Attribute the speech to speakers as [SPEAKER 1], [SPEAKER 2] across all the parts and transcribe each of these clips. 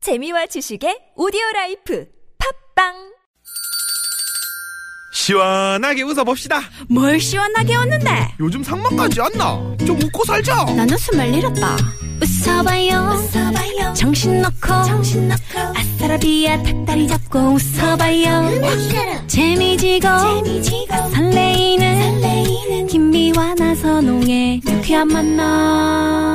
[SPEAKER 1] 재미와 지식의 오디오 라이프 팝빵
[SPEAKER 2] 시원하게 웃어봅시다.
[SPEAKER 3] 뭘 시원하게 웃는데
[SPEAKER 2] 요즘 상만까지 안 나. 좀 웃고 살자.
[SPEAKER 4] 네.
[SPEAKER 3] 난 웃음을 잃었다 웃어봐요, 정신 놓고 아싸라비아 닭다리 잡고 웃어봐요 재미지고, 설레이는, 김미와 나선홍의 유쾌한 만남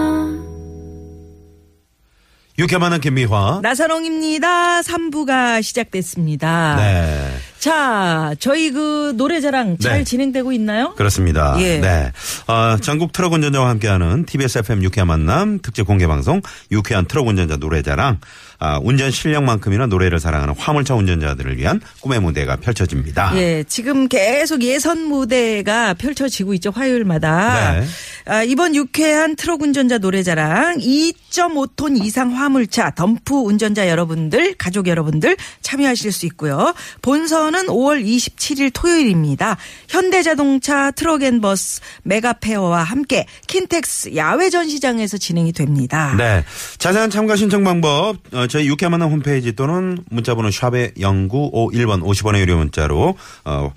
[SPEAKER 4] 유쾌만한 김미화.
[SPEAKER 5] 나사롱입니다. 3부가 시작됐습니다.
[SPEAKER 4] 네.
[SPEAKER 5] 자, 저희 그 노래자랑 잘
[SPEAKER 4] 네.
[SPEAKER 5] 진행되고 있나요?
[SPEAKER 4] 그렇습니다.
[SPEAKER 5] 예.
[SPEAKER 4] 네. 어, 전국 트럭 운전자와 함께하는 TBS FM 유쾌한 만남 특집 공개 방송 유쾌한 트럭 운전자 노래자랑 아, 운전 실력만큼이나 노래를 사랑하는 화물차 운전자들을 위한 꿈의 무대가 펼쳐집니다.
[SPEAKER 5] 예, 지금 계속 예선 무대가 펼쳐지고 있죠, 화요일마다.
[SPEAKER 4] 네.
[SPEAKER 5] 아, 이번 유쾌한 트럭 운전자 노래자랑 2.5톤 이상 화물차 덤프 운전자 여러분들, 가족 여러분들 참여하실 수 있고요. 본선은 5월 27일 토요일입니다. 현대자동차 트럭앤버스 메가페어와 함께 킨텍스 야외 전시장에서 진행이 됩니다.
[SPEAKER 4] 네. 자세한 참가 신청 방법 어, 저희 유쾌한 만남 홈페이지 또는 문자번호 샵의 0951번 50원의 유료 문자로 어,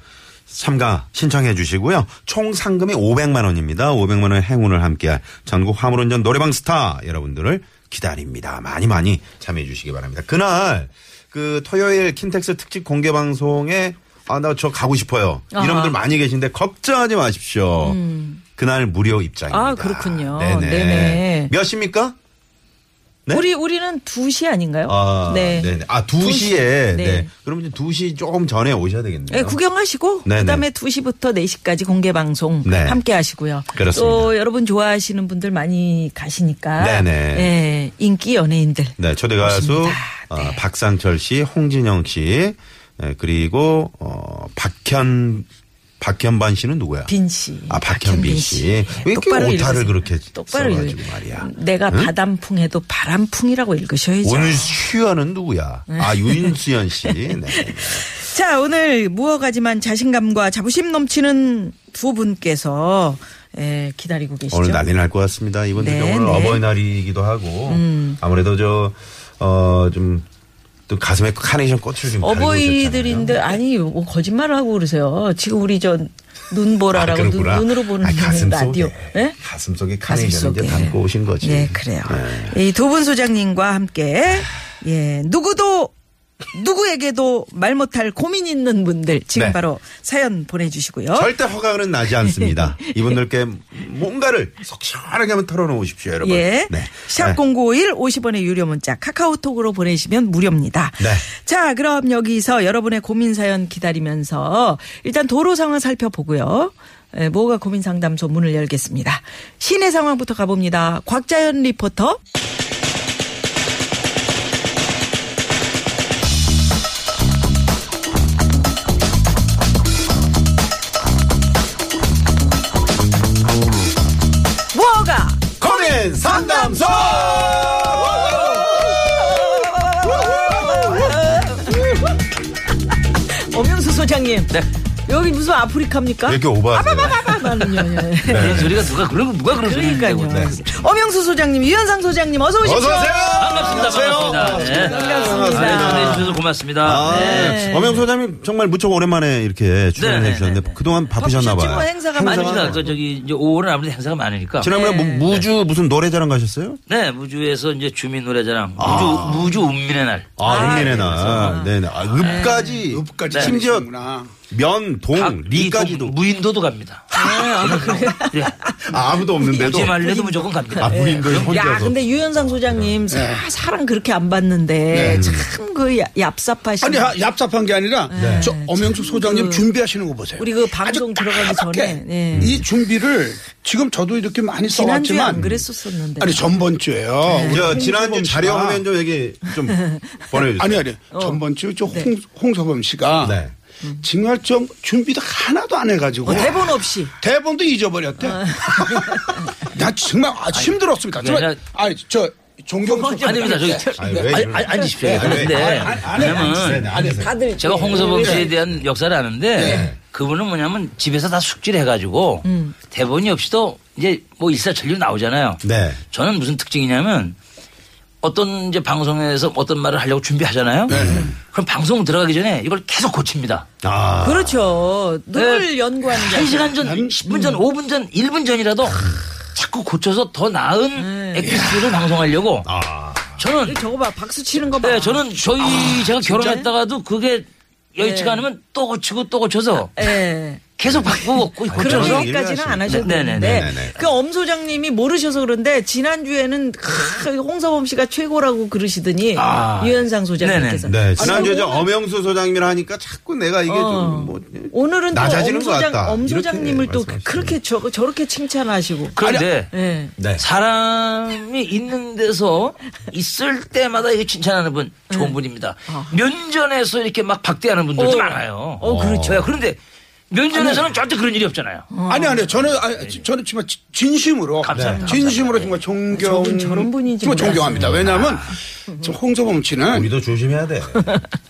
[SPEAKER 4] 참가 신청해 주시고요. 총 상금이 500만 원입니다. 500만 원의 행운을 함께할 전국 화물운전 노래방 스타 여러분들을 기다립니다. 많이 많이 참여해 주시기 바랍니다. 그날 그 토요일 킨텍스 특집 공개 방송에 아 나 저 가고 싶어요. 이런
[SPEAKER 5] 아하. 음.
[SPEAKER 4] 분들 많이 계신데 걱정하지 마십시오. 그날 무료 입장입니다.
[SPEAKER 5] 아, 그렇군요.
[SPEAKER 4] 네네.
[SPEAKER 5] 네네.
[SPEAKER 4] 몇 시입니까? 네?
[SPEAKER 5] 우리 우리는 2시 아닌가요?
[SPEAKER 4] 아, 네. 아, 2시에. 네.
[SPEAKER 5] 네.
[SPEAKER 4] 그러면 2시 조금 전에 오셔야 되겠네요.
[SPEAKER 5] 네, 구경하시고
[SPEAKER 4] 네네.
[SPEAKER 5] 그다음에 2시부터 4시까지 공개 방송
[SPEAKER 4] 네.
[SPEAKER 5] 함께 하시고요.
[SPEAKER 4] 그렇습니다.
[SPEAKER 5] 또 여러분 좋아하시는 분들 많이 가시니까
[SPEAKER 4] 네네.
[SPEAKER 5] 예, 인기 연예인들.
[SPEAKER 4] 네, 초대 가수
[SPEAKER 5] 좋습니다.
[SPEAKER 4] 어,
[SPEAKER 5] 네.
[SPEAKER 4] 박상철 씨, 홍진영 씨, 예, 그리고 어, 박현 박현반 씨는 누구야?
[SPEAKER 5] 빈 씨.
[SPEAKER 4] 아, 박현빈 씨. 왜 이렇게
[SPEAKER 5] 똑바로
[SPEAKER 4] 오타를
[SPEAKER 5] 읽으세요.
[SPEAKER 4] 그렇게 써가지고
[SPEAKER 5] 읽으세요.
[SPEAKER 4] 말이야.
[SPEAKER 5] 내가 바람풍에도 바람풍이라고 읽으셔야죠.
[SPEAKER 4] 원수연은 누구야?
[SPEAKER 5] 네.
[SPEAKER 4] 아, 윤수연 씨. 네. 네.
[SPEAKER 5] 자, 오늘 무어가지만 자신감과 자부심 넘치는 두 분께서 예, 기다리고 계시죠.
[SPEAKER 4] 오늘 난리 날 것 같습니다. 이번
[SPEAKER 5] 네, 음.
[SPEAKER 4] 주경우는
[SPEAKER 5] 네.
[SPEAKER 4] 어버이날이기도 하고 아무래도 저 어, 좀 또 가슴에 카네이션 꽃을 좀 달고 오셨잖아요.
[SPEAKER 5] 어버이들인데 아니 뭐 거짓말을 하고 그러세요. 지금 우리 저
[SPEAKER 4] 아,
[SPEAKER 5] 눈보라라고 눈,
[SPEAKER 4] 그렇구나.
[SPEAKER 5] 눈으로 보는
[SPEAKER 4] 아니, 가슴
[SPEAKER 5] 라디오.
[SPEAKER 4] 속에
[SPEAKER 5] 예?
[SPEAKER 4] 가슴 속에
[SPEAKER 5] 가슴
[SPEAKER 4] 카네이션 이제
[SPEAKER 5] 속에.
[SPEAKER 4] 담고 오신 거지.
[SPEAKER 5] 예, 그래요. 이 두 분 소장님과 함께 예 누구도 누구에게도 말 못할 고민 있는 분들 지금
[SPEAKER 4] 네.
[SPEAKER 5] 바로 사연 보내주시고요.
[SPEAKER 4] 절대 허가는 나지 않습니다.
[SPEAKER 5] 예.
[SPEAKER 4] 이분들께 뭔가를 속 시원하게 한번 털어놓으십시오, 여러분.
[SPEAKER 5] 예.
[SPEAKER 4] 네.
[SPEAKER 5] 샵
[SPEAKER 4] 네.
[SPEAKER 5] 0951 50원의 유료 문자 카카오톡으로 보내시면 무료입니다.
[SPEAKER 4] 네.
[SPEAKER 5] 자, 그럼 여기서 여러분의 고민 사연 기다리면서 일단 도로 상황 살펴보고요. 예, 뭐가 고민 상담소 문을 열겠습니다. 시내 상황부터 가봅니다. 곽자연 리포터. 뭐가 네.
[SPEAKER 4] 고민 상담소!
[SPEAKER 5] 엄영수 소장님.
[SPEAKER 6] 네.
[SPEAKER 5] 여기 무슨 아프리카입니까?
[SPEAKER 4] 왜 이렇게 오버하세요?
[SPEAKER 5] 아바바바바는요. 예.
[SPEAKER 6] 그런 소리가 누가 그런 거 누가 그런 소리를
[SPEAKER 5] 그러니까요.
[SPEAKER 6] 내고 있어요.
[SPEAKER 5] 엄영수 소장님, 유현상 소장님 어서 오십시오.
[SPEAKER 4] 어서오세요!
[SPEAKER 6] 반갑습니다. 반갑습니다.
[SPEAKER 5] 반갑습니다.
[SPEAKER 6] 네. 아, 초대해 주셔서 고맙습니다.
[SPEAKER 4] 아,
[SPEAKER 6] 네.
[SPEAKER 4] 엄영 소장님 정말 무척 오랜만에 이렇게 출연해
[SPEAKER 6] 네, 네,
[SPEAKER 4] 주셨는데
[SPEAKER 6] 네, 네.
[SPEAKER 4] 그동안 바쁘셨나봐요.
[SPEAKER 5] 바쁘셨지 뭐, 행사가
[SPEAKER 6] 많습니다. 그 저기 이제 5월은 아무래도 행사가 많으니까.
[SPEAKER 4] 지난번에 뭐
[SPEAKER 5] 네.
[SPEAKER 4] 무- 무주 무슨 노래자랑 가셨어요?
[SPEAKER 6] 네, 무주에서 이제 주민 노래자랑 무주 무주 운민의 날.
[SPEAKER 4] 아,
[SPEAKER 5] 네,
[SPEAKER 4] 흥민의 날. 네네. 아, 읍까지.
[SPEAKER 6] 네.
[SPEAKER 4] 심지어 면,
[SPEAKER 6] 각-
[SPEAKER 4] 동, 리까지도.
[SPEAKER 6] 이 동- 무인도도 갑니다. 그래.
[SPEAKER 4] 아, 아무도 없는데도.
[SPEAKER 6] 굳이 말려도 무조건 갑니다.
[SPEAKER 4] 아, 무인도에 혼자서.
[SPEAKER 5] 야, 근데 유현상 소장님 사, 사랑 그렇게 안 받는데 참 그 얍삽하신
[SPEAKER 7] 아니 하- 얍삽한 게 아니라 저 엄영숙 소장님 준비하시는 거 보세요.
[SPEAKER 5] 네. 우리 그 방송
[SPEAKER 7] 아주
[SPEAKER 5] 들어가기
[SPEAKER 7] 까맣게
[SPEAKER 5] 전에, 네.
[SPEAKER 7] 이 준비를 지금 저도 이렇게 많이
[SPEAKER 5] 지난주에
[SPEAKER 7] 써왔지만
[SPEAKER 5] 안 네. 그랬었었는데.
[SPEAKER 7] 아니 전번 주에요.
[SPEAKER 4] 저 지난주 자료 화면 좀 얘기 좀 보내주세요.
[SPEAKER 7] 아니 아니
[SPEAKER 5] 어.
[SPEAKER 7] 전번 주저
[SPEAKER 5] 네.
[SPEAKER 7] 홍서범 씨가
[SPEAKER 4] 네.
[SPEAKER 7] 정말 좀 준비도 하나도 안 해가지고
[SPEAKER 5] 어, 대본 없이.
[SPEAKER 7] 대본도 잊어버렸대. 나 정말 아, 힘들었습니다. 정말
[SPEAKER 6] 내가-
[SPEAKER 7] 아니 저 존경스럽게
[SPEAKER 6] 아닙니다. 저기
[SPEAKER 4] 아니, 왜
[SPEAKER 6] 아니,
[SPEAKER 4] 이래?
[SPEAKER 6] 아니, 앉으십시오.
[SPEAKER 4] 네,
[SPEAKER 6] 근데
[SPEAKER 4] 안- 안- 안 해요.
[SPEAKER 6] 왜냐면
[SPEAKER 4] 안 해요.
[SPEAKER 5] 다들
[SPEAKER 6] 제가 홍서범
[SPEAKER 5] 네.
[SPEAKER 6] 씨에 대한 역사를 아는데 그분은 뭐냐면 집에서 다 숙지를 해가지고
[SPEAKER 5] 음.
[SPEAKER 6] 대본이 없이도 이제 뭐 일사천리로 나오잖아요.
[SPEAKER 4] 네.
[SPEAKER 6] 저는 무슨 특징이냐면 어떤 이제 방송에서 어떤 말을 하려고 준비하잖아요.
[SPEAKER 4] 네.
[SPEAKER 6] 그럼 방송 들어가기 전에 이걸 계속 고칩니다.
[SPEAKER 4] 아.
[SPEAKER 5] 그렇죠. 늘
[SPEAKER 6] 네.
[SPEAKER 5] 연구하는 게.
[SPEAKER 6] 한시간 전,
[SPEAKER 4] 네.
[SPEAKER 6] 10분
[SPEAKER 5] 음.
[SPEAKER 6] 전, 5분 전, 1분 전이라도 자꾸 고쳐서 더
[SPEAKER 5] 네.
[SPEAKER 6] 나은 에피소드를 방송하려고
[SPEAKER 4] 아.
[SPEAKER 6] 저는
[SPEAKER 5] 저거 봐, 박수 치는 거 봐. 아,
[SPEAKER 6] 네, 저는 저희 제가 결혼했다가도 그게 여의치가
[SPEAKER 5] 네.
[SPEAKER 6] 않으면 또 고치고 또 고쳐서
[SPEAKER 5] 예.
[SPEAKER 6] 계속 바꾸고 고-
[SPEAKER 5] 그런
[SPEAKER 6] 고쳐서
[SPEAKER 4] 저는
[SPEAKER 5] 얘기까지는 안
[SPEAKER 6] 일을
[SPEAKER 5] 하셔도
[SPEAKER 6] 하시네.
[SPEAKER 5] 되는데
[SPEAKER 4] 네네네네네.
[SPEAKER 5] 그 엄소장님이 모르셔서 그런데 지난주에는 크, 홍서범 씨가 최고라고 그러시더니
[SPEAKER 6] 아.
[SPEAKER 5] 유현상 소장님께서
[SPEAKER 4] 네. 지난주에 저 엄영수 소장님이라 하니까 자꾸 내가 이게
[SPEAKER 5] 어.
[SPEAKER 4] 좀 뭐.
[SPEAKER 5] 오늘은 또
[SPEAKER 4] 낮아지는 것
[SPEAKER 5] 엄소장,
[SPEAKER 4] 같다.
[SPEAKER 5] 엄소장님을
[SPEAKER 4] 이렇게
[SPEAKER 5] 또
[SPEAKER 4] 말씀하시네요. 아,
[SPEAKER 5] 그렇게 저, 저렇게 칭찬하시고
[SPEAKER 6] 그런데
[SPEAKER 5] 예.
[SPEAKER 4] 네.
[SPEAKER 6] 그러니까 사람이 있는 데서 있을 때마다 이게 칭찬하는 분 좋은 분입니다. 면전에서 이렇게 막 박대하는 분들도
[SPEAKER 5] 네. 어.
[SPEAKER 6] 많아요.
[SPEAKER 5] 어, 그렇죠. 어.
[SPEAKER 6] 네, 그런데 면전에서는 절대 그런 일이 없잖아요.
[SPEAKER 7] 아니 아니 저는 아니, 지- 저는 정말 지- 진심으로
[SPEAKER 6] 네,
[SPEAKER 7] 네.
[SPEAKER 6] 감사합니다. 네.
[SPEAKER 7] 진심으로 정말 존경
[SPEAKER 5] 저분 저런 분인지 몰랐어요.
[SPEAKER 7] 정말
[SPEAKER 5] 아.
[SPEAKER 7] 존경합니다. 왜냐하면 지금 홍서범 씨는
[SPEAKER 4] 우리도 조심해야 돼.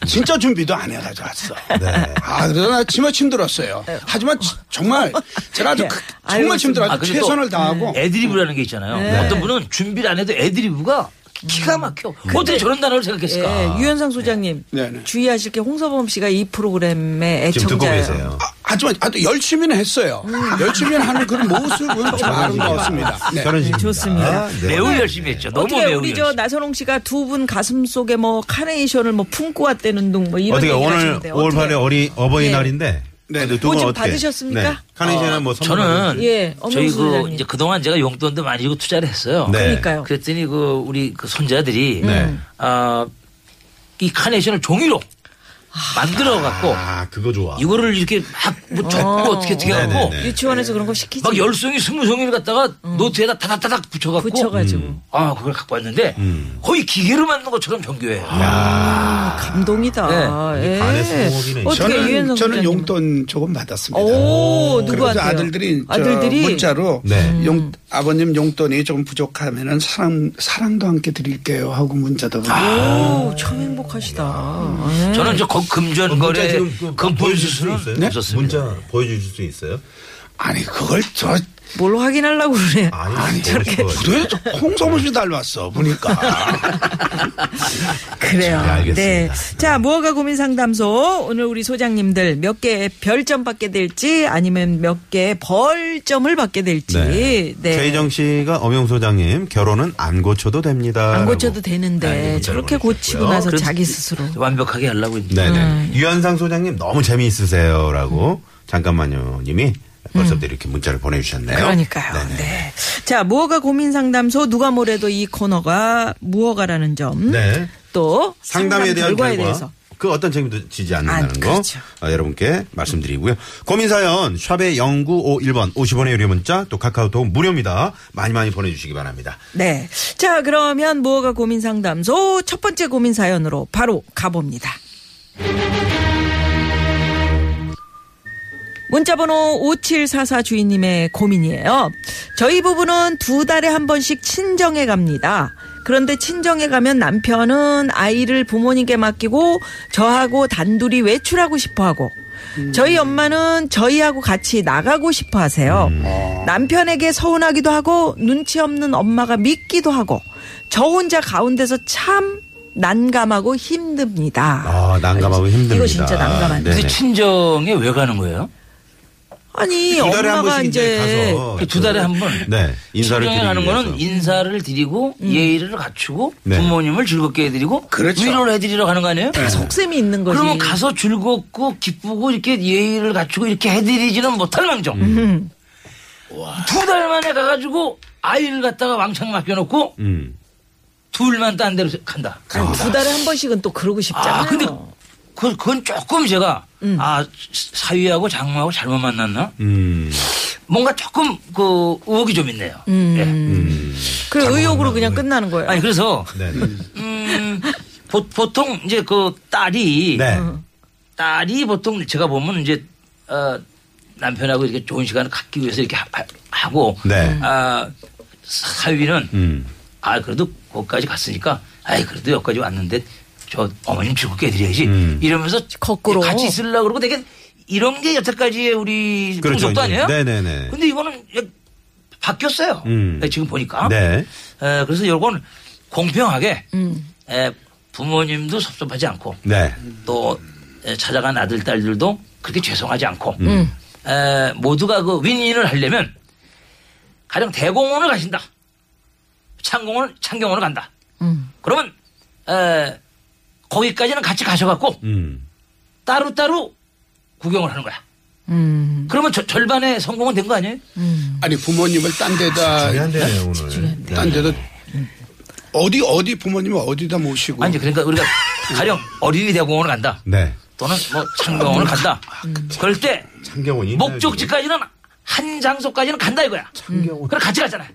[SPEAKER 7] 진짜 준비도 안 해가지고 왔어.
[SPEAKER 4] 네.
[SPEAKER 7] 아, 그러나 정말 힘들었어요. 하지만 지- 정말 제가 아주
[SPEAKER 5] 예.
[SPEAKER 7] 크-
[SPEAKER 5] 네. 아유,
[SPEAKER 7] 정말 힘들어서
[SPEAKER 6] 아, 근데 또
[SPEAKER 7] 최선을 다하고
[SPEAKER 6] 애드리브라는 게 있잖아요.
[SPEAKER 5] 네.
[SPEAKER 6] 어떤 분은 준비를 안 해도 애드리브가 기가 막혀. 어떻게 저런
[SPEAKER 5] 음.
[SPEAKER 6] 단어를
[SPEAKER 4] 아,
[SPEAKER 5] 예,
[SPEAKER 6] 생각했을까?
[SPEAKER 4] 네.
[SPEAKER 5] 유현상 소장님
[SPEAKER 7] 네, 네.
[SPEAKER 5] 주의하실 게 홍서범 씨가 이 프로그램의
[SPEAKER 4] 지금 듣고
[SPEAKER 5] 애청자예요.
[SPEAKER 4] 계세요.
[SPEAKER 7] 아, 하지만 아주 열심히는 했어요.
[SPEAKER 5] 음.
[SPEAKER 7] 열심히 하는 그런 모습은 좀 아, 아름다웠습니다. 네.
[SPEAKER 4] 아, 결혼식 아,
[SPEAKER 5] 좋습니다.
[SPEAKER 4] 네.
[SPEAKER 6] 매우 열심히 했죠. 너무
[SPEAKER 5] 네. 어떻게
[SPEAKER 6] 매우
[SPEAKER 5] 우리
[SPEAKER 6] 열심히.
[SPEAKER 5] 저 나선홍 씨가 두 분 가슴 속에 뭐 카네이션을 뭐 품고 왔다는 둥뭐 이런
[SPEAKER 4] 어떻게
[SPEAKER 5] 얘기를
[SPEAKER 4] 오늘
[SPEAKER 5] 하시는데
[SPEAKER 4] 5월 8일 어리 어버이날인데
[SPEAKER 7] 네.
[SPEAKER 4] 근데 두분
[SPEAKER 5] 뭐좀
[SPEAKER 4] 어떻게?
[SPEAKER 5] 받으셨습니까?
[SPEAKER 4] 카네이션은 뭐 선물
[SPEAKER 6] 저는
[SPEAKER 5] 예, 엄영수
[SPEAKER 6] 저희 그
[SPEAKER 5] 소장님.
[SPEAKER 6] 이제 그동안 제가 용돈도 많이 주고 투자를 했어요.
[SPEAKER 4] 네.
[SPEAKER 5] 그러니까요.
[SPEAKER 6] 그랬더니 그 우리 그 손자들이
[SPEAKER 4] 네.
[SPEAKER 6] 아, 이 카네이션을 종이로 만들어 갖고
[SPEAKER 4] 아 그거 좋아.
[SPEAKER 6] 이거를 이렇게 막뭐 접고 어떻게 어떻게 하고
[SPEAKER 4] 네네네.
[SPEAKER 5] 유치원에서 그런 거 시키지.
[SPEAKER 6] 막 열 송이 스무 송이를 갖다가 노트에다 타닥타닥 붙여갖고
[SPEAKER 5] 붙여가지고
[SPEAKER 4] 음.
[SPEAKER 6] 아 그걸 갖고 왔는데 거의 기계로 만든 것처럼 정교해요.
[SPEAKER 4] 아.
[SPEAKER 5] 감동이다. 예.
[SPEAKER 4] 반의 수목이네,
[SPEAKER 5] 어떻게
[SPEAKER 7] 저는
[SPEAKER 5] 유현상
[SPEAKER 7] 저는
[SPEAKER 5] 소장님?
[SPEAKER 7] 용돈 조금 받았습니다.
[SPEAKER 5] 오
[SPEAKER 7] 그래서
[SPEAKER 5] 누구한테요?
[SPEAKER 7] 아들들이, 저
[SPEAKER 5] 아들들이
[SPEAKER 7] 문자로 음.
[SPEAKER 4] 네.
[SPEAKER 7] 용, 아버님 용돈이 조금 부족하면은 사랑 사랑도 함께 드릴게요 하고 문자도 보내고
[SPEAKER 5] 아. 오참 행복하시다. 예.
[SPEAKER 6] 저는 저 거- 금전
[SPEAKER 4] 문자
[SPEAKER 6] 거래
[SPEAKER 4] 지금 그
[SPEAKER 6] 금품 네?
[SPEAKER 4] 보여주실 수
[SPEAKER 6] 수수는
[SPEAKER 4] 있어요?
[SPEAKER 6] 없었습니다.
[SPEAKER 4] 문자 보여주실 수 있어요?
[SPEAKER 7] 아니 그걸 저
[SPEAKER 5] 뭘로 확인하려고 그래?
[SPEAKER 4] 아니, 저렇게
[SPEAKER 7] 도대체 홍소문 씨 닮았어 보니까
[SPEAKER 5] 그래요.
[SPEAKER 4] 네, 알겠습니다.
[SPEAKER 5] 네. 자, 무허가 고민 상담소. 오늘 우리 소장님들 몇 개 별점 받게 될지 아니면 몇 개 벌점을 받게 될지. 네.
[SPEAKER 4] 최희정 씨가 엄영 소장님 결혼은 안 고쳐도 됩니다.
[SPEAKER 5] 안 고쳐도
[SPEAKER 4] 라고.
[SPEAKER 5] 되는데
[SPEAKER 4] 네, 문자를
[SPEAKER 5] 저렇게 고치고
[SPEAKER 4] 보내주셨고요.
[SPEAKER 5] 나서
[SPEAKER 6] 그래서
[SPEAKER 5] 자기 스스로.
[SPEAKER 6] 완벽하게 하려고 했는데
[SPEAKER 4] 네네.
[SPEAKER 5] 아, 예.
[SPEAKER 4] 유현상 소장님 너무 재미있으세요라고
[SPEAKER 5] 음.
[SPEAKER 4] 잠깐만요 님이 벌써부터 이렇게 문자를 보내주셨네요.
[SPEAKER 5] 그러니까요.
[SPEAKER 4] 네네.
[SPEAKER 5] 네. 자, 무허가 고민 상담소 누가 뭐래도 이 코너가 무허가라는 점.
[SPEAKER 4] 네.
[SPEAKER 5] 또
[SPEAKER 4] 상담에
[SPEAKER 5] 상담
[SPEAKER 4] 대한
[SPEAKER 5] 결과에
[SPEAKER 4] 결과
[SPEAKER 5] 대해서.
[SPEAKER 4] 그 어떤 책임도 지지 않는다는
[SPEAKER 5] 안,
[SPEAKER 4] 거
[SPEAKER 5] 그렇죠.
[SPEAKER 4] 어, 여러분께 말씀드리고요. 고민사연 샵의 0951번 50원의 유료 문자 또 카카오톡 무료입니다. 많이 많이 보내주시기 바랍니다.
[SPEAKER 5] 네. 자, 그러면 무허가 고민 상담소 첫 번째 고민 사연으로 바로 가봅니다. 문자번호 5744 주인님의 고민이에요. 저희 부부는 두 달에 한 번씩 친정에 갑니다. 그런데 친정에 가면 남편은 아이를 부모님께 맡기고 저하고 단둘이 외출하고 싶어 하고 저희 엄마는 저희하고 같이 나가고 싶어 하세요.
[SPEAKER 4] 음. 아.
[SPEAKER 5] 남편에게 서운하기도 하고 눈치 없는 엄마가 믿기도 하고 저 혼자 가운데서 참 난감하고 힘듭니다.
[SPEAKER 4] 아 난감하고 힘듭니다.
[SPEAKER 5] 이거 진짜 난감한데.
[SPEAKER 6] 근데
[SPEAKER 4] 네네.
[SPEAKER 6] 친정에 왜 가는 거예요?
[SPEAKER 5] 아니
[SPEAKER 4] 두 달에 한
[SPEAKER 5] 엄마가
[SPEAKER 4] 번씩 이제
[SPEAKER 5] 이제
[SPEAKER 4] 가서
[SPEAKER 6] 그 두 달에 한 번.
[SPEAKER 4] 네 인사를
[SPEAKER 6] 친정에 가는
[SPEAKER 4] 드리는
[SPEAKER 6] 거는 인사를 드리고 예의를 갖추고
[SPEAKER 4] 네.
[SPEAKER 6] 부모님을 즐겁게 해드리고
[SPEAKER 7] 그렇죠.
[SPEAKER 6] 위로를 해드리러 가는 거
[SPEAKER 5] 네.
[SPEAKER 6] 아니에요?
[SPEAKER 5] 속셈이 있는 거지.
[SPEAKER 6] 그러면 가서 즐겁고 기쁘고 이렇게 예의를 갖추고 이렇게 해드리지는 못할 망정.
[SPEAKER 4] 음.
[SPEAKER 5] 음.
[SPEAKER 6] 두 달 만에 가가지고 아이를 갖다가 왕창 맡겨놓고
[SPEAKER 4] 음.
[SPEAKER 6] 둘만 딴 데로 간다.
[SPEAKER 5] 아, 두 달에 한 번씩은 또 그러고 싶잖아요.
[SPEAKER 6] 아, 근데 그, 그건 조금 제가 아 사위하고 장모하고 잘못 만났나?
[SPEAKER 4] 음.
[SPEAKER 6] 뭔가 조금 그 의혹이 좀 있네요. 예.
[SPEAKER 5] 그래 의욕으로 그냥 끝나는 거예요.
[SPEAKER 6] 아니 그래서
[SPEAKER 4] 네네.
[SPEAKER 6] 음, 보, 보통 이제 그 딸이
[SPEAKER 4] 네.
[SPEAKER 6] 딸이 보통 제가 보면 이제 어, 남편하고 이렇게 좋은 시간을 갖기 위해서 이렇게 하, 고
[SPEAKER 4] 네.
[SPEAKER 6] 아, 사위는
[SPEAKER 4] 음.
[SPEAKER 6] 아 그래도 거기까지 갔으니까 아이 그래도 여기까지 왔는데 저 어머님 즐겁게 해드려야지
[SPEAKER 4] 음.
[SPEAKER 6] 이러면서
[SPEAKER 5] 거꾸로.
[SPEAKER 6] 같이 있으려고 그러고 되게 이런 게 여태까지의 우리
[SPEAKER 4] 그렇죠,
[SPEAKER 6] 풍속도
[SPEAKER 4] 이제.
[SPEAKER 6] 아니에요?
[SPEAKER 4] 네네네.
[SPEAKER 6] 근데 이거는 예, 바뀌었어요.
[SPEAKER 4] 음.
[SPEAKER 6] 예, 지금 보니까.
[SPEAKER 4] 네.
[SPEAKER 6] 에, 그래서 요건 공평하게
[SPEAKER 5] 음.
[SPEAKER 6] 에, 부모님도 섭섭하지 않고
[SPEAKER 4] 네.
[SPEAKER 6] 또 에, 찾아간 아들 딸들도 그렇게 죄송하지 않고 에, 모두가 그 윈윈을 하려면 가령 대공원을 가신다. 창공원 창경원을 간다. 그러면 에, 거기까지는 같이 가셔갖고
[SPEAKER 4] 음.
[SPEAKER 6] 따로 따로 구경을 하는 거야. 그러면 저- 절반의 성공은 된 거 아니에요?
[SPEAKER 7] 아니 부모님을 딴 데다
[SPEAKER 4] 중요한데요, 오늘. 네.
[SPEAKER 7] 딴 데다 어디 어디 부모님을 어디다 모시고
[SPEAKER 6] 아니 그러니까 우리가 가령 어린이 대공원을 간다.
[SPEAKER 4] 네.
[SPEAKER 6] 또는 뭐 창경원을 간다. 그럴 때
[SPEAKER 4] 창경원이. 있나요,
[SPEAKER 6] 목적지까지는 한 장소까지는 간다 이거야. 음. 그럼 같이 가잖아요.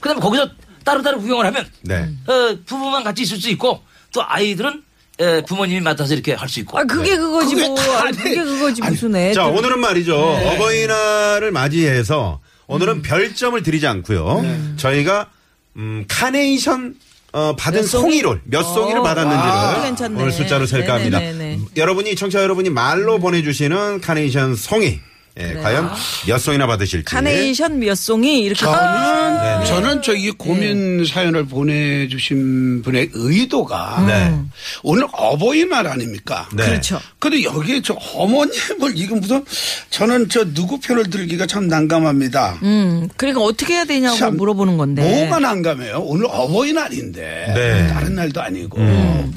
[SPEAKER 6] 그다음에 거기서 따로따로 구경을 하면
[SPEAKER 4] 지금? 네.
[SPEAKER 6] 어, 부부만 같이 있을 수 있고 또 아이들은 에, 부모님이 맡아서 이렇게 할 수 있고.
[SPEAKER 5] 아 그게 그거지
[SPEAKER 7] 그게
[SPEAKER 5] 뭐.
[SPEAKER 7] 다
[SPEAKER 5] 아,
[SPEAKER 7] 돼.
[SPEAKER 5] 그게 그거지 무슨 애.
[SPEAKER 4] 자, 오늘은 말이죠. 어버이날을 맞이해서 오늘은 별점을 드리지 않고요. 저희가 음, 카네이션 어, 받은 송이를 몇 송이를
[SPEAKER 5] 아,
[SPEAKER 4] 받았는지를
[SPEAKER 5] 괜찮네.
[SPEAKER 4] 오늘 숫자로 셀까 합니다.
[SPEAKER 5] 네네네.
[SPEAKER 4] 음, 여러분이 청취자 여러분이 말로 보내주시는 카네이션 송이 예, 과연 몇 송이나 받으실지.
[SPEAKER 5] 카네이션 몇 송이 이렇게
[SPEAKER 7] 저는
[SPEAKER 4] 네.
[SPEAKER 7] 저는 저기 고민 사연을 보내주신 분의 의도가
[SPEAKER 4] 네.
[SPEAKER 7] 오늘 어버이날 아닙니까?
[SPEAKER 4] 네. 그렇죠.
[SPEAKER 7] 근데 여기에 저 어머님을 이거 무슨 저는 저 누구 편을 들기가 참 난감합니다.
[SPEAKER 5] 음, 그러니까 어떻게 해야 되냐고
[SPEAKER 7] 참,
[SPEAKER 5] 물어보는 건데.
[SPEAKER 7] 뭐가 난감해요? 오늘 어버이날인데
[SPEAKER 4] 네. 음.
[SPEAKER 7] 다른 날도 아니고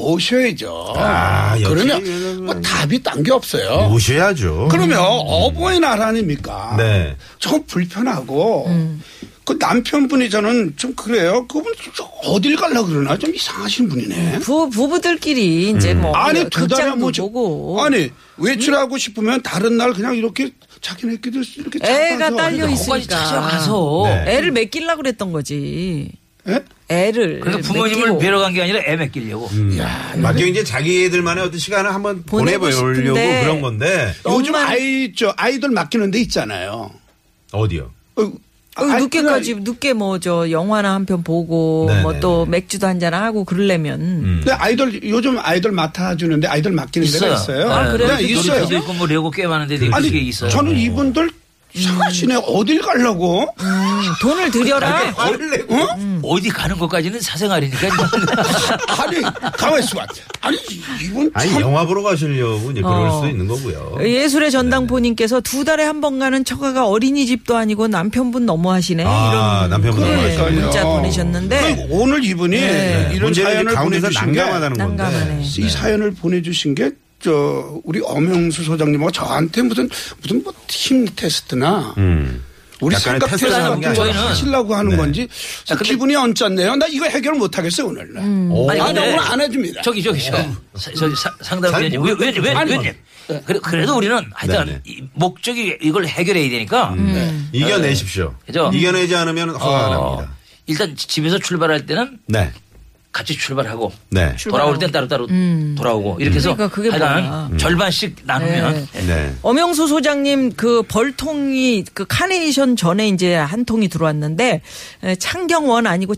[SPEAKER 7] 모셔야죠.
[SPEAKER 4] 아, 역시
[SPEAKER 7] 그러면 뭐 답이 딴 게 없어요.
[SPEAKER 4] 모셔야죠.
[SPEAKER 7] 그러면 어버이날 아닙니까?
[SPEAKER 4] 네.
[SPEAKER 7] 조금 불편하고
[SPEAKER 5] 음.
[SPEAKER 7] 그 남편분이 저는 좀 그래요. 그분 좀 어딜 갈라 그러나 좀 이상하신 분이네.
[SPEAKER 5] 부, 부부들끼리 이제 뭐
[SPEAKER 7] 아니 두 달에
[SPEAKER 5] 극장도
[SPEAKER 7] 한번 저-
[SPEAKER 5] 보고
[SPEAKER 7] 아니 외출하고 싶으면 다른 날 그냥 이렇게 자기네끼리 이렇게
[SPEAKER 5] 애가
[SPEAKER 7] 잡아서
[SPEAKER 5] 딸려
[SPEAKER 7] 하는 거.
[SPEAKER 5] 있으니까.
[SPEAKER 6] 거기까지 찾아가서
[SPEAKER 4] 네.
[SPEAKER 5] 애를 맡기려고 그랬던 거지.
[SPEAKER 7] 예?
[SPEAKER 5] 애를
[SPEAKER 7] 네,
[SPEAKER 6] 그러니까 부모님을
[SPEAKER 5] 맡기고.
[SPEAKER 6] 뵈러 간 게 아니라 애 맡기려고.
[SPEAKER 7] 음.
[SPEAKER 4] 맡겨 이제 자기들만의 어떤 시간을 한번
[SPEAKER 5] 보내고
[SPEAKER 4] 보내보려고
[SPEAKER 5] 싶은데.
[SPEAKER 4] 그런 건데
[SPEAKER 7] 요즘
[SPEAKER 5] 엄마는-
[SPEAKER 7] 아이 저 아이돌 맡기는 데 있잖아요.
[SPEAKER 4] 어디요?
[SPEAKER 7] 어,
[SPEAKER 5] 어,
[SPEAKER 7] 아이,
[SPEAKER 5] 늦게까지 늦게 뭐 저 영화나 한 편 보고
[SPEAKER 4] 네네네.
[SPEAKER 5] 뭐 또 맥주도 한잔 하고 그러려면
[SPEAKER 7] 근데 아이돌 요즘 아이돌 맡아주는데 아이돌 맡기는 데가 있어요.
[SPEAKER 6] 아, 그래요?
[SPEAKER 7] 네, 있어요.
[SPEAKER 6] 놀이터도 있고 뭐 레고 게임 하는데 이렇게
[SPEAKER 7] 아니
[SPEAKER 6] 있어요. 네.
[SPEAKER 7] 저는 이분들 사시네 어딜 가려고?
[SPEAKER 5] 음, 아, 돈을 들여라.
[SPEAKER 4] 화를 내고
[SPEAKER 6] 어디 가는 것까지는 사생활이니까.
[SPEAKER 7] 아니 가만 있어봐. 아니 이분
[SPEAKER 4] 아니
[SPEAKER 7] 참
[SPEAKER 4] 영화 보러 가시려고 이제 그럴
[SPEAKER 5] 어.
[SPEAKER 4] 수도 있는 거고요.
[SPEAKER 5] 예술의 전당포님께서 두 달에 한 번 가는 처가가 어린이집도 아니고 남편분 너무하시네
[SPEAKER 4] 아,
[SPEAKER 5] 이런
[SPEAKER 4] 남편분
[SPEAKER 5] 네,
[SPEAKER 4] 너무하시네요.
[SPEAKER 5] 문자
[SPEAKER 7] 그러니까
[SPEAKER 5] 보내셨는데
[SPEAKER 7] 오늘 이분이 이런
[SPEAKER 4] 네. 문제는 이제
[SPEAKER 7] 사연을
[SPEAKER 4] 가운데서
[SPEAKER 7] 보내주신 게
[SPEAKER 4] 난감하다는 건데.
[SPEAKER 5] 난감하네.
[SPEAKER 7] 이 사연을 보내주신 게 저 우리 엄영수 소장님하고 저한테 무슨 무슨 뭐팀 테스트나
[SPEAKER 4] 음.
[SPEAKER 7] 우리
[SPEAKER 4] 약간의
[SPEAKER 7] 생각 테스트
[SPEAKER 4] 테스트를
[SPEAKER 6] 하는 게
[SPEAKER 7] 같은 걸
[SPEAKER 6] 아니라.
[SPEAKER 7] 하시려고 하는
[SPEAKER 4] 네.
[SPEAKER 7] 건지 기분이 언짢네요. 나 이거 해결 못 하겠어요 오늘. 날
[SPEAKER 4] 오.
[SPEAKER 7] 아니,
[SPEAKER 6] 근데
[SPEAKER 7] 오늘 안 해줍니다.
[SPEAKER 6] 저기 저기 저 사- 저기 사- 상담위원님
[SPEAKER 4] 음. 잘
[SPEAKER 6] 왜왜왜 왜,
[SPEAKER 4] 아니,
[SPEAKER 6] 님 그래, 그래도 우리는
[SPEAKER 4] 네네. 음. 네.
[SPEAKER 6] 하여튼 이 목적이 이걸 해결해야 되니까
[SPEAKER 4] 이겨내십시오.
[SPEAKER 6] 음. 그죠?
[SPEAKER 4] 이겨내지 않으면 허가
[SPEAKER 6] 어,
[SPEAKER 4] 납니다.
[SPEAKER 6] 일단 지- 집에서 출발할 때는
[SPEAKER 4] 네.
[SPEAKER 6] 같이 출발하고
[SPEAKER 4] 네.
[SPEAKER 6] 돌아올 땐 따로따로 돌아오고 이렇게 해서
[SPEAKER 5] 음. 그러니까 그게 뭐야.
[SPEAKER 6] 하여간
[SPEAKER 4] 음.
[SPEAKER 6] 절반씩 나누면
[SPEAKER 4] 네.
[SPEAKER 5] 엄영수 소장님 그 벌통이 그 카네이션 전에 이제 한 통이 들어왔는데 에, 창경원 아니고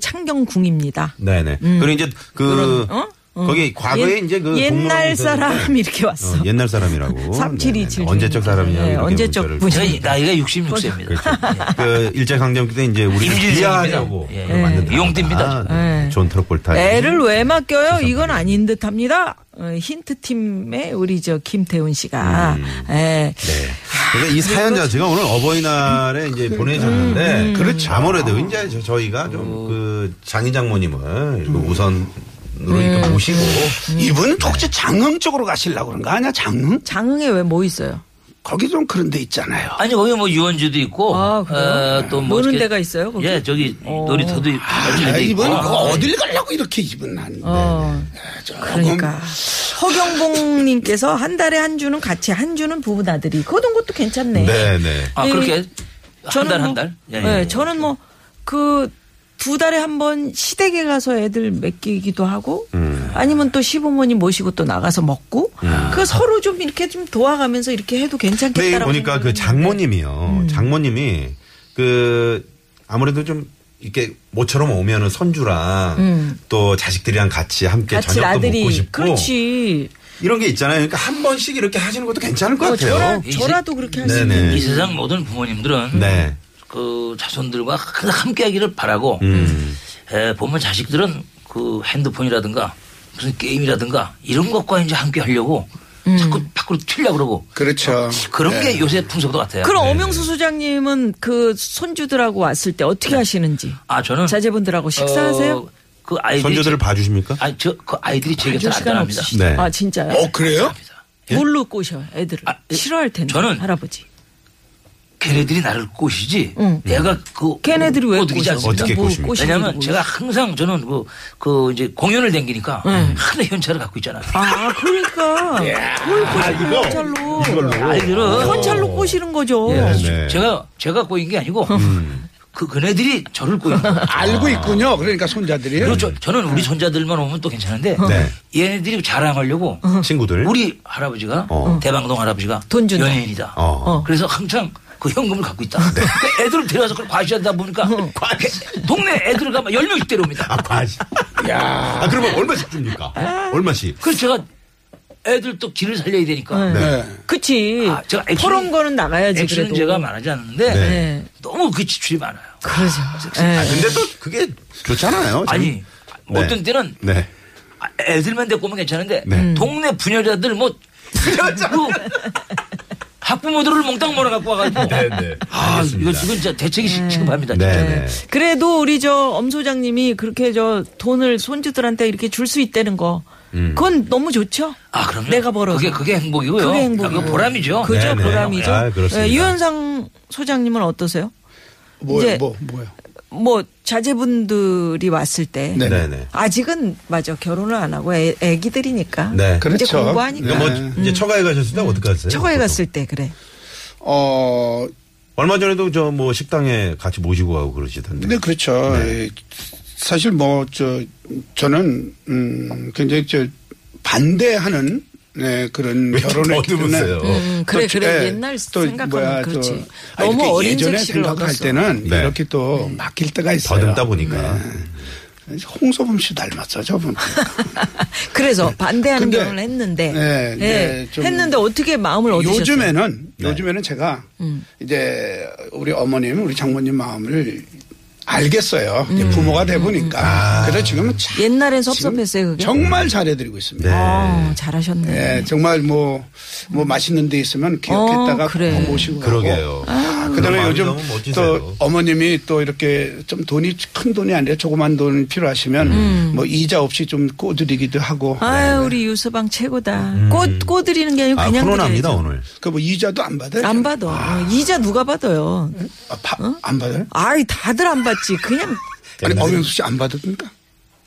[SPEAKER 5] 창경궁입니다.
[SPEAKER 4] 네네. 그리고 이제 음. 그
[SPEAKER 5] 그런, 어? 어.
[SPEAKER 4] 거기 과거에
[SPEAKER 5] 옛-
[SPEAKER 4] 이제 그 공문이
[SPEAKER 5] 옛날
[SPEAKER 4] 있었는데
[SPEAKER 5] 사람 이렇게 왔어.
[SPEAKER 4] 어, 옛날 사람이라고.
[SPEAKER 5] 3727
[SPEAKER 4] 네네. 언제적 사람이냐고.
[SPEAKER 5] 네,
[SPEAKER 4] 이렇게
[SPEAKER 5] 언제적
[SPEAKER 4] 문자를
[SPEAKER 5] 분이-
[SPEAKER 6] 제가 이- 나이가 66세입니다. 예.
[SPEAKER 4] 그렇죠. 그 일제 강점기 때 이제 우리
[SPEAKER 6] 임진왜란입니다.
[SPEAKER 4] 비하하려고
[SPEAKER 6] 예,
[SPEAKER 4] 그걸 만든
[SPEAKER 6] 예. 용띠입니다.
[SPEAKER 4] 드라마다. 네.
[SPEAKER 5] 예.
[SPEAKER 4] 존 트럭볼타.
[SPEAKER 5] 애를 왜 맡겨요? 이건 아닌 듯합니다. 어, 힌트 팀의 우리 저 김태훈 씨가 예.
[SPEAKER 4] 네. 그러니까 이 사연 자체가 오늘 어버이날에 이제
[SPEAKER 5] 음.
[SPEAKER 4] 보내셨는데 그렇죠. 아무래도 이제 저- 저희가
[SPEAKER 5] 음.
[SPEAKER 4] 좀 그 장인 장모님을 그 우선으로
[SPEAKER 5] 음.
[SPEAKER 4] 이렇게 모시고
[SPEAKER 7] 음. 이분은 혹시 장흥 쪽으로 가시려고 그런 거 아니야? 장흥?
[SPEAKER 5] 장흥에 왜 뭐 있어요?
[SPEAKER 7] 거기 좀 그런 데 있잖아요.
[SPEAKER 6] 아니 거기 뭐 유원지도 있고 어,
[SPEAKER 5] 아, 그래요?
[SPEAKER 6] 또뭐
[SPEAKER 5] 노는 데가 있어요, 거기?
[SPEAKER 6] 예, 저기 놀이터도 있고
[SPEAKER 7] 아,
[SPEAKER 6] 데 있고.
[SPEAKER 7] 이분 그 어딜 가려고 이렇게 이분 한
[SPEAKER 5] 어,
[SPEAKER 4] 네.
[SPEAKER 5] 그러니까 허경봉님께서 한 달에 한 주는 같이 한 주는 부부 나들이 그런 것도 괜찮네.
[SPEAKER 4] 네, 네.
[SPEAKER 6] 아,
[SPEAKER 5] 예.
[SPEAKER 6] 그렇게 한 달 한 달?
[SPEAKER 5] 뭐, 예, 저는 뭐
[SPEAKER 6] 그렇죠.
[SPEAKER 5] 그 두 달에 한 번 시댁에 가서 애들 맡기기도 하고
[SPEAKER 4] 음.
[SPEAKER 5] 아니면 또 시부모님 모시고 또 나가서 먹고 그 서로 좀 이렇게 좀 도와가면서 이렇게 해도
[SPEAKER 4] 근데
[SPEAKER 5] 괜찮겠다라고
[SPEAKER 4] 보니까 그
[SPEAKER 5] 생각을 음.
[SPEAKER 4] 장모님이요. 장모님이 그 아무래도 좀 이렇게 모처럼 오면은 선주랑 또 자식들이랑 같이 함께
[SPEAKER 5] 음. 같이
[SPEAKER 4] 저녁도 먹고
[SPEAKER 5] 나들이
[SPEAKER 4] 싶고
[SPEAKER 5] 그렇지
[SPEAKER 4] 이런 게 있잖아요. 그러니까 한 번씩 이렇게 하시는 것도 괜찮을 것
[SPEAKER 5] 어, 저라,
[SPEAKER 4] 같아요.
[SPEAKER 6] 이제-
[SPEAKER 5] 저라도 그렇게 할 수 있는
[SPEAKER 4] 네네.
[SPEAKER 6] 이 세상 모든 부모님들은
[SPEAKER 4] 네.
[SPEAKER 6] 그 자손들과 항상 함께하기를 바라고
[SPEAKER 4] 음.
[SPEAKER 6] 에, 보면 자식들은 그 핸드폰이라든가 무슨 게임이라든가 이런 것과 이제 함께 하려고
[SPEAKER 5] 음.
[SPEAKER 6] 자꾸 밖으로 튀려고 그러고
[SPEAKER 7] 그렇죠.
[SPEAKER 6] 그런
[SPEAKER 7] 네.
[SPEAKER 6] 게 요새 풍속도 같아요.
[SPEAKER 5] 그럼 엄영수 소장님은 그 손주들하고 왔을
[SPEAKER 4] 네.
[SPEAKER 5] 때 어떻게 하시는지
[SPEAKER 6] 아 저는
[SPEAKER 5] 자제분들하고 식사하세요?
[SPEAKER 6] 어, 그 아이들이
[SPEAKER 4] 손주들을 봐주십니까?
[SPEAKER 6] 아니 저그 아이들이 제게
[SPEAKER 5] 좀
[SPEAKER 6] 잘안 따라합니다. 예?
[SPEAKER 5] 없으시죠?
[SPEAKER 4] 네.
[SPEAKER 5] 아 진짜요?
[SPEAKER 7] 어 그래요?
[SPEAKER 5] 뭘로 꼬셔요 애들을?
[SPEAKER 6] 아, 예.
[SPEAKER 5] 싫어할 텐데
[SPEAKER 6] 저는-
[SPEAKER 5] 할아버지.
[SPEAKER 6] 걔네들이 나를 꼬시지 내가 그
[SPEAKER 5] 음. 걔네들이 왜
[SPEAKER 6] 꼬드기지
[SPEAKER 5] 꼬셔?
[SPEAKER 6] 않습니다.
[SPEAKER 4] 어떻게 꼬십니까?
[SPEAKER 5] 꼬시는지
[SPEAKER 6] 왜냐하면
[SPEAKER 5] 모르겠어요.
[SPEAKER 6] 제가 항상 저는 그, 그 이제 공연을 댕기니까
[SPEAKER 5] 음.
[SPEAKER 6] 하나의 현찰을 갖고 있잖아요. 예. 아,
[SPEAKER 5] 아 그러니까 뭘 꼬시는
[SPEAKER 4] 이거?
[SPEAKER 5] 현찰로
[SPEAKER 6] 아이들은
[SPEAKER 5] 현찰로 꼬시는 거죠.
[SPEAKER 4] 어. 네. 음.
[SPEAKER 6] 제가 제가 꼬인 게 아니고 그 그네들이 저를 꼬인 거예요.
[SPEAKER 7] 알고 있군요. 그러니까 손자들이.
[SPEAKER 4] 그렇죠.
[SPEAKER 6] 그리고 저, 저는 우리 손자들만 오면 또 괜찮은데
[SPEAKER 4] 예. 네.
[SPEAKER 6] 얘네들이 자랑하려고
[SPEAKER 4] 친구들.
[SPEAKER 6] 아, 어, 우리 할아버지가
[SPEAKER 4] 어.
[SPEAKER 6] 대방동 할아버지가
[SPEAKER 5] 돈 준다.
[SPEAKER 6] 연예인이다.
[SPEAKER 4] 어. 네. 어.
[SPEAKER 6] 그래서 항상 그 현금을 갖고 있다. 그 애들을 데려와서 그걸 과시하다
[SPEAKER 4] 어.
[SPEAKER 6] 보니까 그 동네 애들을 가면 열 명씩 데려옵니다.
[SPEAKER 4] 아, 바지. 야. 아, 그러면 얼마씩 줍니까? 얼마씩?
[SPEAKER 6] 그래서 제가 애들 또 길을 살려야 되니까
[SPEAKER 7] 네.
[SPEAKER 5] 그치.
[SPEAKER 6] 아, 제가 액션은-
[SPEAKER 5] 퍼런 거는 나가야지
[SPEAKER 6] 액션은
[SPEAKER 5] 그래도.
[SPEAKER 6] 제가 말하지 않는데
[SPEAKER 4] 네.
[SPEAKER 5] 네.
[SPEAKER 6] 너무 그 지출이 많아요.
[SPEAKER 5] 그러죠.
[SPEAKER 4] 아,
[SPEAKER 5] 예.
[SPEAKER 4] 근데 또 그게 좋잖아요.
[SPEAKER 6] 아니
[SPEAKER 4] 네.
[SPEAKER 6] 어떤 때는
[SPEAKER 4] 네.
[SPEAKER 6] 아, 애들만 데리고 오면 괜찮은데
[SPEAKER 4] 네. 음.
[SPEAKER 6] 동네 부녀자들 뭐 그 학부모들을 몽땅 몰아갖고 와가지고
[SPEAKER 4] 네.
[SPEAKER 6] 아 이거
[SPEAKER 4] 알겠습니다.
[SPEAKER 6] 이건 진짜 대책이 시- 음. 시급합니다. 진짜.
[SPEAKER 4] 네, 네.
[SPEAKER 5] 그래도 우리 저 엄 소장님이 그렇게 저 돈을 손주들한테 이렇게 줄 수 있다는 거.
[SPEAKER 4] 음.
[SPEAKER 5] 그건 너무 좋죠.
[SPEAKER 6] 아 그럼요.
[SPEAKER 5] 내가 벌어서.
[SPEAKER 6] 그게 그게 행복이고요.
[SPEAKER 5] 그게 행복이고.
[SPEAKER 6] 아, 그거 보람이죠.
[SPEAKER 5] 그죠
[SPEAKER 4] 네, 네.
[SPEAKER 5] 보람이죠.
[SPEAKER 4] 아, 그렇습니다.
[SPEAKER 5] 예, 유현상 소장님은 어떠세요?
[SPEAKER 7] 뭐야
[SPEAKER 5] 이제-
[SPEAKER 7] 뭐 뭐야.
[SPEAKER 5] 뭐 자제분들이 왔을 때
[SPEAKER 7] 네.
[SPEAKER 4] 네, 네.
[SPEAKER 5] 아직은 맞아 결혼을 안 하고 애, 애기들이니까
[SPEAKER 4] 네.
[SPEAKER 7] 그렇죠.
[SPEAKER 5] 이제 공부하니까
[SPEAKER 4] 그러니까 뭐 이제 처가에 가셨을 때 어떻게 하세요?
[SPEAKER 5] 처가에
[SPEAKER 4] 보통?
[SPEAKER 5] 갔을 때 그래.
[SPEAKER 7] 어
[SPEAKER 4] 얼마 전에도 저 뭐 식당에 같이 모시고 가고 그러시던데.
[SPEAKER 7] 근데 그렇죠.
[SPEAKER 4] 네.
[SPEAKER 7] 예, 사실 뭐 저 저는 음 굉장히 저 반대하는 네, 그런
[SPEAKER 4] 왜 이렇게
[SPEAKER 7] 결혼을
[SPEAKER 4] 더듬으세요?
[SPEAKER 5] 음, 그래
[SPEAKER 7] 또,
[SPEAKER 5] 그래
[SPEAKER 7] 예,
[SPEAKER 5] 옛날
[SPEAKER 7] 또
[SPEAKER 5] 생각하면
[SPEAKER 7] 뭐야, 또
[SPEAKER 5] 그렇지.
[SPEAKER 7] 아,
[SPEAKER 5] 너무
[SPEAKER 7] 이렇게
[SPEAKER 5] 어린
[SPEAKER 7] 예전에
[SPEAKER 5] 색시를
[SPEAKER 7] 생각할
[SPEAKER 5] 얻었어. 음.
[SPEAKER 7] 때는
[SPEAKER 4] 네.
[SPEAKER 7] 이렇게 또 막힐 때가 있어요.
[SPEAKER 4] 더듬다 보니까.
[SPEAKER 7] 홍소범 씨 닮았어 저분.
[SPEAKER 4] 네.
[SPEAKER 5] 그래서 반대하는
[SPEAKER 7] 근데-
[SPEAKER 5] 결혼을 했는데
[SPEAKER 7] 네, 네,
[SPEAKER 5] 예,
[SPEAKER 7] 좀-
[SPEAKER 5] 했는데 어떻게 마음을 얻으셨어요? 네. 음.
[SPEAKER 7] 요즘에는 요즘에는 제가 이제 우리 어머님 우리 장모님 마음을 알겠어요. 이제
[SPEAKER 5] 음.
[SPEAKER 7] 부모가 돼 보니까. 그래서 지금은 참
[SPEAKER 5] 옛날엔
[SPEAKER 7] 지금
[SPEAKER 5] 섭섭했어요 아. 예, 그게.
[SPEAKER 7] 정말 잘해드리고 있습니다.
[SPEAKER 4] 네.
[SPEAKER 5] 아, 잘하셨네.
[SPEAKER 7] 예, 정말 뭐, 뭐 맛있는 데 있으면 기억했다가
[SPEAKER 5] 어, 그래.
[SPEAKER 7] 꼭 모시고 가고.
[SPEAKER 4] 그러게요.
[SPEAKER 7] 아, 그다음에
[SPEAKER 4] 마음이
[SPEAKER 7] 요즘
[SPEAKER 4] 너무 멋지세요.
[SPEAKER 7] 또 어머님이 또 이렇게 좀 돈이 큰 돈이 아니라 조그만 돈 필요하시면 뭐 이자 없이 좀 꼬드리기도 하고
[SPEAKER 5] 음. 아유 우리 유서방 최고다. 꽃 꼬드리는 게
[SPEAKER 4] 네. 음.
[SPEAKER 5] 아니고
[SPEAKER 4] 아,
[SPEAKER 5] 그냥
[SPEAKER 4] 코로나입니다,
[SPEAKER 5] 드려야죠.
[SPEAKER 4] 오늘.
[SPEAKER 7] 그 뭐 이자도 안 받아요?
[SPEAKER 5] 안 받아. 어? 이자 누가 받아요?
[SPEAKER 7] 아, 바- 안 받아요?
[SPEAKER 5] 아이 다들 안 받지. 그냥
[SPEAKER 7] 아니 엄영수 씨 안 받았습니까?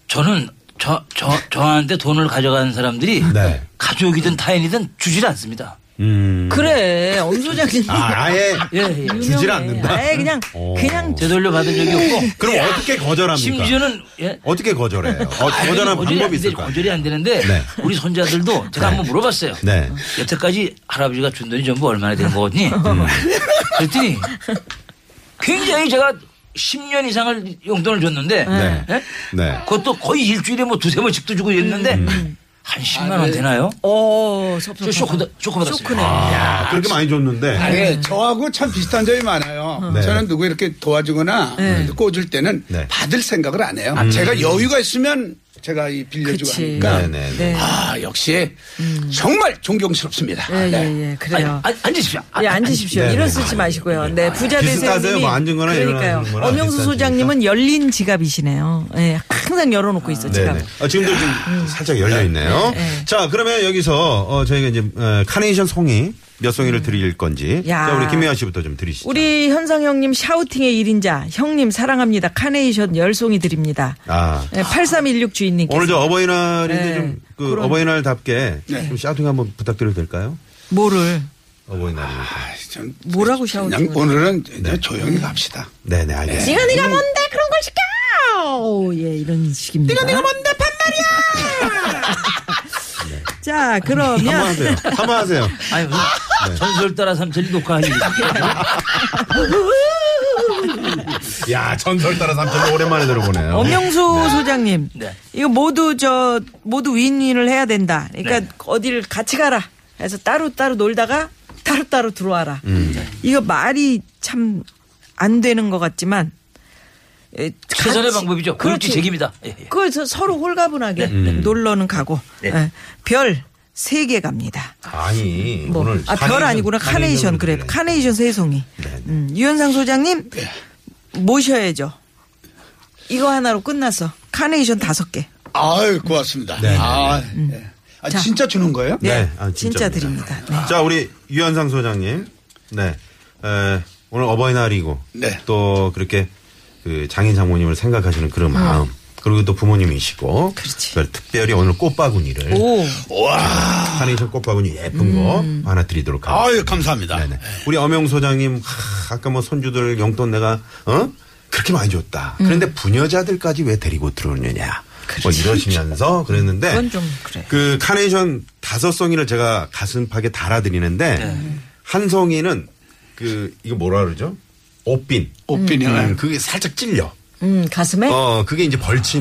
[SPEAKER 6] 저는 저, 저, 저한테 돈을 가져간 사람들이
[SPEAKER 4] 네.
[SPEAKER 6] 가족이든 타인이든 주질 않습니다.
[SPEAKER 4] 음.
[SPEAKER 5] 그래 엄 소장님.
[SPEAKER 4] 아, 아예
[SPEAKER 6] 예, 예.
[SPEAKER 4] 주질 않는다. 어.
[SPEAKER 5] 아예 그냥
[SPEAKER 4] 오.
[SPEAKER 5] 그냥
[SPEAKER 6] 되돌려 받은 적이 없고
[SPEAKER 4] 그럼 어떻게 거절합니까?
[SPEAKER 6] 심지어는 예.
[SPEAKER 4] 어떻게 거절해요? 어, 거절하는
[SPEAKER 6] 아, 거절이 안
[SPEAKER 4] 방법이
[SPEAKER 6] 되-
[SPEAKER 4] 있을까요?
[SPEAKER 6] 거절이 안 되는데
[SPEAKER 4] 네.
[SPEAKER 6] 우리 손자들도 제가 한번 물어봤어요.
[SPEAKER 4] 네.
[SPEAKER 6] 여태까지 할아버지가 준 돈이 전부 얼마나 되는 거니?
[SPEAKER 4] 음.
[SPEAKER 6] 그랬더니 굉장히 제가 10년 이상을 용돈을 줬는데
[SPEAKER 4] 네.
[SPEAKER 6] 예?
[SPEAKER 4] 네.
[SPEAKER 6] 그것도 거의 일주일에 뭐 두세 번씩도 주고 있는데
[SPEAKER 4] 음.
[SPEAKER 6] 한 10만 원 되나요?
[SPEAKER 5] 어 섭섭.
[SPEAKER 6] 저 쇼크다, 쇼크 받았어요.
[SPEAKER 5] 쇼크네.
[SPEAKER 4] 아, 그렇게 많이 줬는데.
[SPEAKER 7] 아니 저하고 참 비슷한 점이 많아요.
[SPEAKER 4] 네.
[SPEAKER 7] 저는 누구 이렇게 도와주거나 꽂을 때는
[SPEAKER 4] 네. 음.
[SPEAKER 7] 받을 생각을 안 해요. 제가 여유가 있으면 제가 이 빌려주고
[SPEAKER 5] 그치.
[SPEAKER 7] 하니까
[SPEAKER 4] 네, 음. 네, 네.
[SPEAKER 7] 아 역시 정말 존경스럽습니다.
[SPEAKER 5] 예예예
[SPEAKER 7] 네.
[SPEAKER 6] 아니,
[SPEAKER 5] 그래요.
[SPEAKER 6] 아, 앉으십시오. 아,
[SPEAKER 5] 예, 앉으십시오.
[SPEAKER 4] 네, 네.
[SPEAKER 5] 이런 쓰지 마시고요. 네, 부자
[SPEAKER 4] 비슷하세요.
[SPEAKER 5] 되세요.
[SPEAKER 4] 뭐 앉은 거나
[SPEAKER 5] 그러니까요.
[SPEAKER 4] 일어나는 거나
[SPEAKER 5] 엄영수
[SPEAKER 4] 비슷하시니까.
[SPEAKER 5] 소장님은 열린 지갑이시네요. 예, 항상 열어놓고 있어 지갑.
[SPEAKER 4] 네네. 아, 지금도 지금 살짝 열려 있네요. 자, 그러면 여기서 어, 저희가 이제 어, 카네이션 송이 몇 송이를 드릴 건지.
[SPEAKER 5] 야.
[SPEAKER 4] 자, 우리 김미아 씨부터 좀 드리시죠.
[SPEAKER 5] 우리 현상 형님 샤우팅의 일인자 형님 사랑합니다. 카네이션 열송이 드립니다.
[SPEAKER 4] 아.
[SPEAKER 5] 네, 8316 주인님께서
[SPEAKER 4] 오늘 저 어버이날인데
[SPEAKER 5] 네.
[SPEAKER 4] 좀 그
[SPEAKER 5] 그런-
[SPEAKER 4] 어버이날답게 좀 샤우팅 한번 부탁드려도 될까요?
[SPEAKER 5] 뭐를
[SPEAKER 4] 어버이날이니까.
[SPEAKER 7] 아이, 전
[SPEAKER 5] 뭐라고
[SPEAKER 7] 그냥
[SPEAKER 5] 샤우팅을?
[SPEAKER 7] 오늘은
[SPEAKER 4] 네.
[SPEAKER 7] 이제 조용히
[SPEAKER 4] 음.
[SPEAKER 7] 갑시다.
[SPEAKER 4] 네네, 알겠습니다.
[SPEAKER 5] 네가 네가 뭔데 그런 걸 시켜? 오, 예 이런 식입니다. 네가 네가 뭔데 반말이야. 자
[SPEAKER 4] 네, 한 번
[SPEAKER 5] 그러면
[SPEAKER 4] 하세요. 한 번 하세요.
[SPEAKER 6] 아니, 무슨 그
[SPEAKER 4] 네.
[SPEAKER 6] 전설 따라 삼천리 녹화하기.
[SPEAKER 4] 야, 전설 따라 삼촌 오랜만에 들어보네요.
[SPEAKER 5] 엄영수 소장님
[SPEAKER 6] 네.
[SPEAKER 5] 이거 모두 저 모두 윈윈을 해야 된다. 그러니까
[SPEAKER 6] 네.
[SPEAKER 5] 어디를 같이 가라. 해서 따로 따로 놀다가 따로 따로
[SPEAKER 4] 음.
[SPEAKER 6] 네.
[SPEAKER 5] 들어와라. 이거 말이 참 안 되는 것 같지만 에,
[SPEAKER 6] 최선의
[SPEAKER 5] 같이-
[SPEAKER 6] 방법이죠. 그렇지 책임이다. 예, 예.
[SPEAKER 5] 그 서- 서로 홀가분하게
[SPEAKER 4] 음.
[SPEAKER 5] 놀러는 가고
[SPEAKER 6] 네.
[SPEAKER 5] 별 세 개 갑니다.
[SPEAKER 4] 아니
[SPEAKER 5] 뭐,
[SPEAKER 4] 오늘
[SPEAKER 5] 아, 별
[SPEAKER 4] 카네이션,
[SPEAKER 5] 아니구나 카네이션 그래
[SPEAKER 4] 그래.
[SPEAKER 5] 카네이션 세송이
[SPEAKER 4] 네.
[SPEAKER 5] 음, 유현상 소장님 모셔야죠. 이거 하나로 끝났어. 카네이션 다섯 개.
[SPEAKER 7] 아유 고맙습니다.
[SPEAKER 4] 네, 네,
[SPEAKER 7] 아, 예. 아, 진짜 주는 거예요?
[SPEAKER 4] 네,
[SPEAKER 5] 네,
[SPEAKER 4] 아,
[SPEAKER 5] 진짜
[SPEAKER 4] 진짜입니다.
[SPEAKER 5] 드립니다. 네.
[SPEAKER 4] 자, 우리 유현상 소장님. 네. 에, 오늘 어버이날이고
[SPEAKER 7] 네.
[SPEAKER 4] 또 그렇게 그 장인 장모님을 생각하시는 그런 마음. 그리고 또 부모님이시고
[SPEAKER 5] 그렇지.
[SPEAKER 4] 그걸 특별히 오늘 꽃바구니를
[SPEAKER 5] 오, 음.
[SPEAKER 4] 카네이션 꽃바구니 예쁜 거 하나 드리도록 하겠습니다.
[SPEAKER 7] 아유 감사합니다.
[SPEAKER 4] 네네. 우리 엄영 소장님 하, 아까 뭐 손주들 용돈 내가 어 그렇게 많이 줬다.
[SPEAKER 5] 음.
[SPEAKER 4] 그런데 부녀자들까지 왜 데리고 들어오느냐. 뭐 이러시면서 그랬는데
[SPEAKER 5] 그렇죠. 그건 좀 그래.
[SPEAKER 4] 그 카네이션 다섯 송이를 제가 가슴팍에 달아드리는데
[SPEAKER 5] 네.
[SPEAKER 4] 한 송이는 그 이거 뭐라 그러죠? 옷빈.
[SPEAKER 5] 네.
[SPEAKER 7] 옷빈이요.
[SPEAKER 4] 음, 그게 살짝 찔려.
[SPEAKER 5] 음 가슴에
[SPEAKER 4] 어, 그게 이제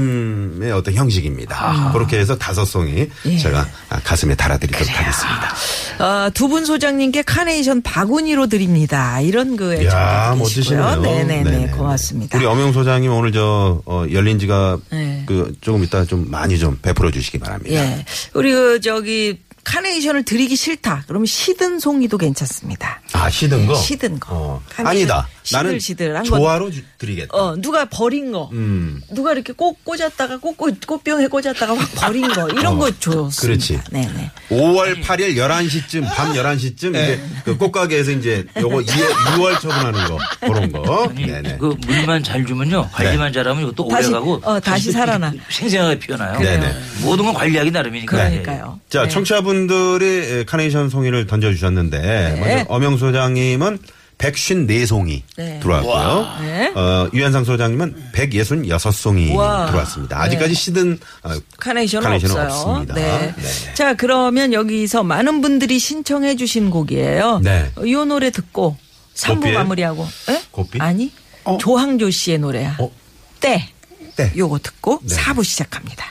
[SPEAKER 4] 벌침의 어떤 형식입니다.
[SPEAKER 5] 아.
[SPEAKER 4] 그렇게 해서 다섯 송이
[SPEAKER 5] 예.
[SPEAKER 4] 제가 아, 가슴에 달아드리도록 하겠습니다.
[SPEAKER 5] 어, 두 분 소장님께 카네이션 바구니로 드립니다. 이런 그
[SPEAKER 4] 야
[SPEAKER 5] 애정도
[SPEAKER 4] 멋지시네요.
[SPEAKER 5] 계시고요. 네네네,
[SPEAKER 4] 네네.
[SPEAKER 5] 고맙습니다.
[SPEAKER 4] 우리 어- 엄영 소장님 오늘 저 어, 열린 지가
[SPEAKER 5] 네.
[SPEAKER 4] 그 조금 이따 좀 많이 좀 베풀어 주시기 바랍니다.
[SPEAKER 5] 예. 우리 그 저기 카네이션을 드리기 싫다. 그러면 시든 송이도 괜찮습니다.
[SPEAKER 4] 아 시든 거.
[SPEAKER 5] 시든 거.
[SPEAKER 4] 어.
[SPEAKER 5] 카네이션
[SPEAKER 4] 아니다. 나는
[SPEAKER 5] 시들시들한 건-
[SPEAKER 4] 조화로 주- 드리겠다.
[SPEAKER 5] 어, 누가 버린 거.
[SPEAKER 4] 음.
[SPEAKER 5] 누가 이렇게 꽃 꽂았다가 꽃, 꽃- 꽃병에 꽂았다가 확 버린 거. 이런 거 좋습니다.
[SPEAKER 4] 어, 그렇지.
[SPEAKER 5] 네네.
[SPEAKER 4] 5월 8일 11시쯤 밤 11시쯤
[SPEAKER 5] 네.
[SPEAKER 4] 이제 그 꽃가게에서 이제 요거 6월 처분하는 거 그런 거.
[SPEAKER 6] 아니,
[SPEAKER 4] 네네. 네.
[SPEAKER 6] 그 물만 잘 주면요 관리만 잘하면 이것도
[SPEAKER 5] 다시,
[SPEAKER 6] 오래가고
[SPEAKER 5] 어, 다시
[SPEAKER 6] 또
[SPEAKER 5] 살아나.
[SPEAKER 6] 생생하게 피어나요.
[SPEAKER 4] 네네.
[SPEAKER 6] 모든 건 관리하기 나름이니까.
[SPEAKER 5] 그러니까요.
[SPEAKER 4] 자,
[SPEAKER 5] 네.
[SPEAKER 4] 청취자분들이 에, 카네이션 송이를 던져주셨는데, 먼저 엄영 소장님은 154송이
[SPEAKER 5] 네.
[SPEAKER 4] 들어왔고요.
[SPEAKER 5] 네.
[SPEAKER 4] 어, 유현상 소장님은 166송이
[SPEAKER 5] 와.
[SPEAKER 4] 들어왔습니다. 아직까지 시든 어,
[SPEAKER 5] 카네이션은,
[SPEAKER 4] 카네이션은
[SPEAKER 5] 없어요.
[SPEAKER 4] 없습니다.
[SPEAKER 5] 네.
[SPEAKER 4] 네.
[SPEAKER 5] 자, 그러면 여기서 많은 분들이 신청해 주신 곡이에요.
[SPEAKER 4] 네.
[SPEAKER 5] 이 노래 듣고 3부
[SPEAKER 4] 고삐의?
[SPEAKER 5] 마무리하고. 에?
[SPEAKER 4] 고삐?
[SPEAKER 5] 아니. 조항조 씨의 노래야.
[SPEAKER 4] 어?
[SPEAKER 5] 때.
[SPEAKER 4] 때.
[SPEAKER 5] 요거 듣고
[SPEAKER 4] 네.
[SPEAKER 5] 사 4부 시작합니다.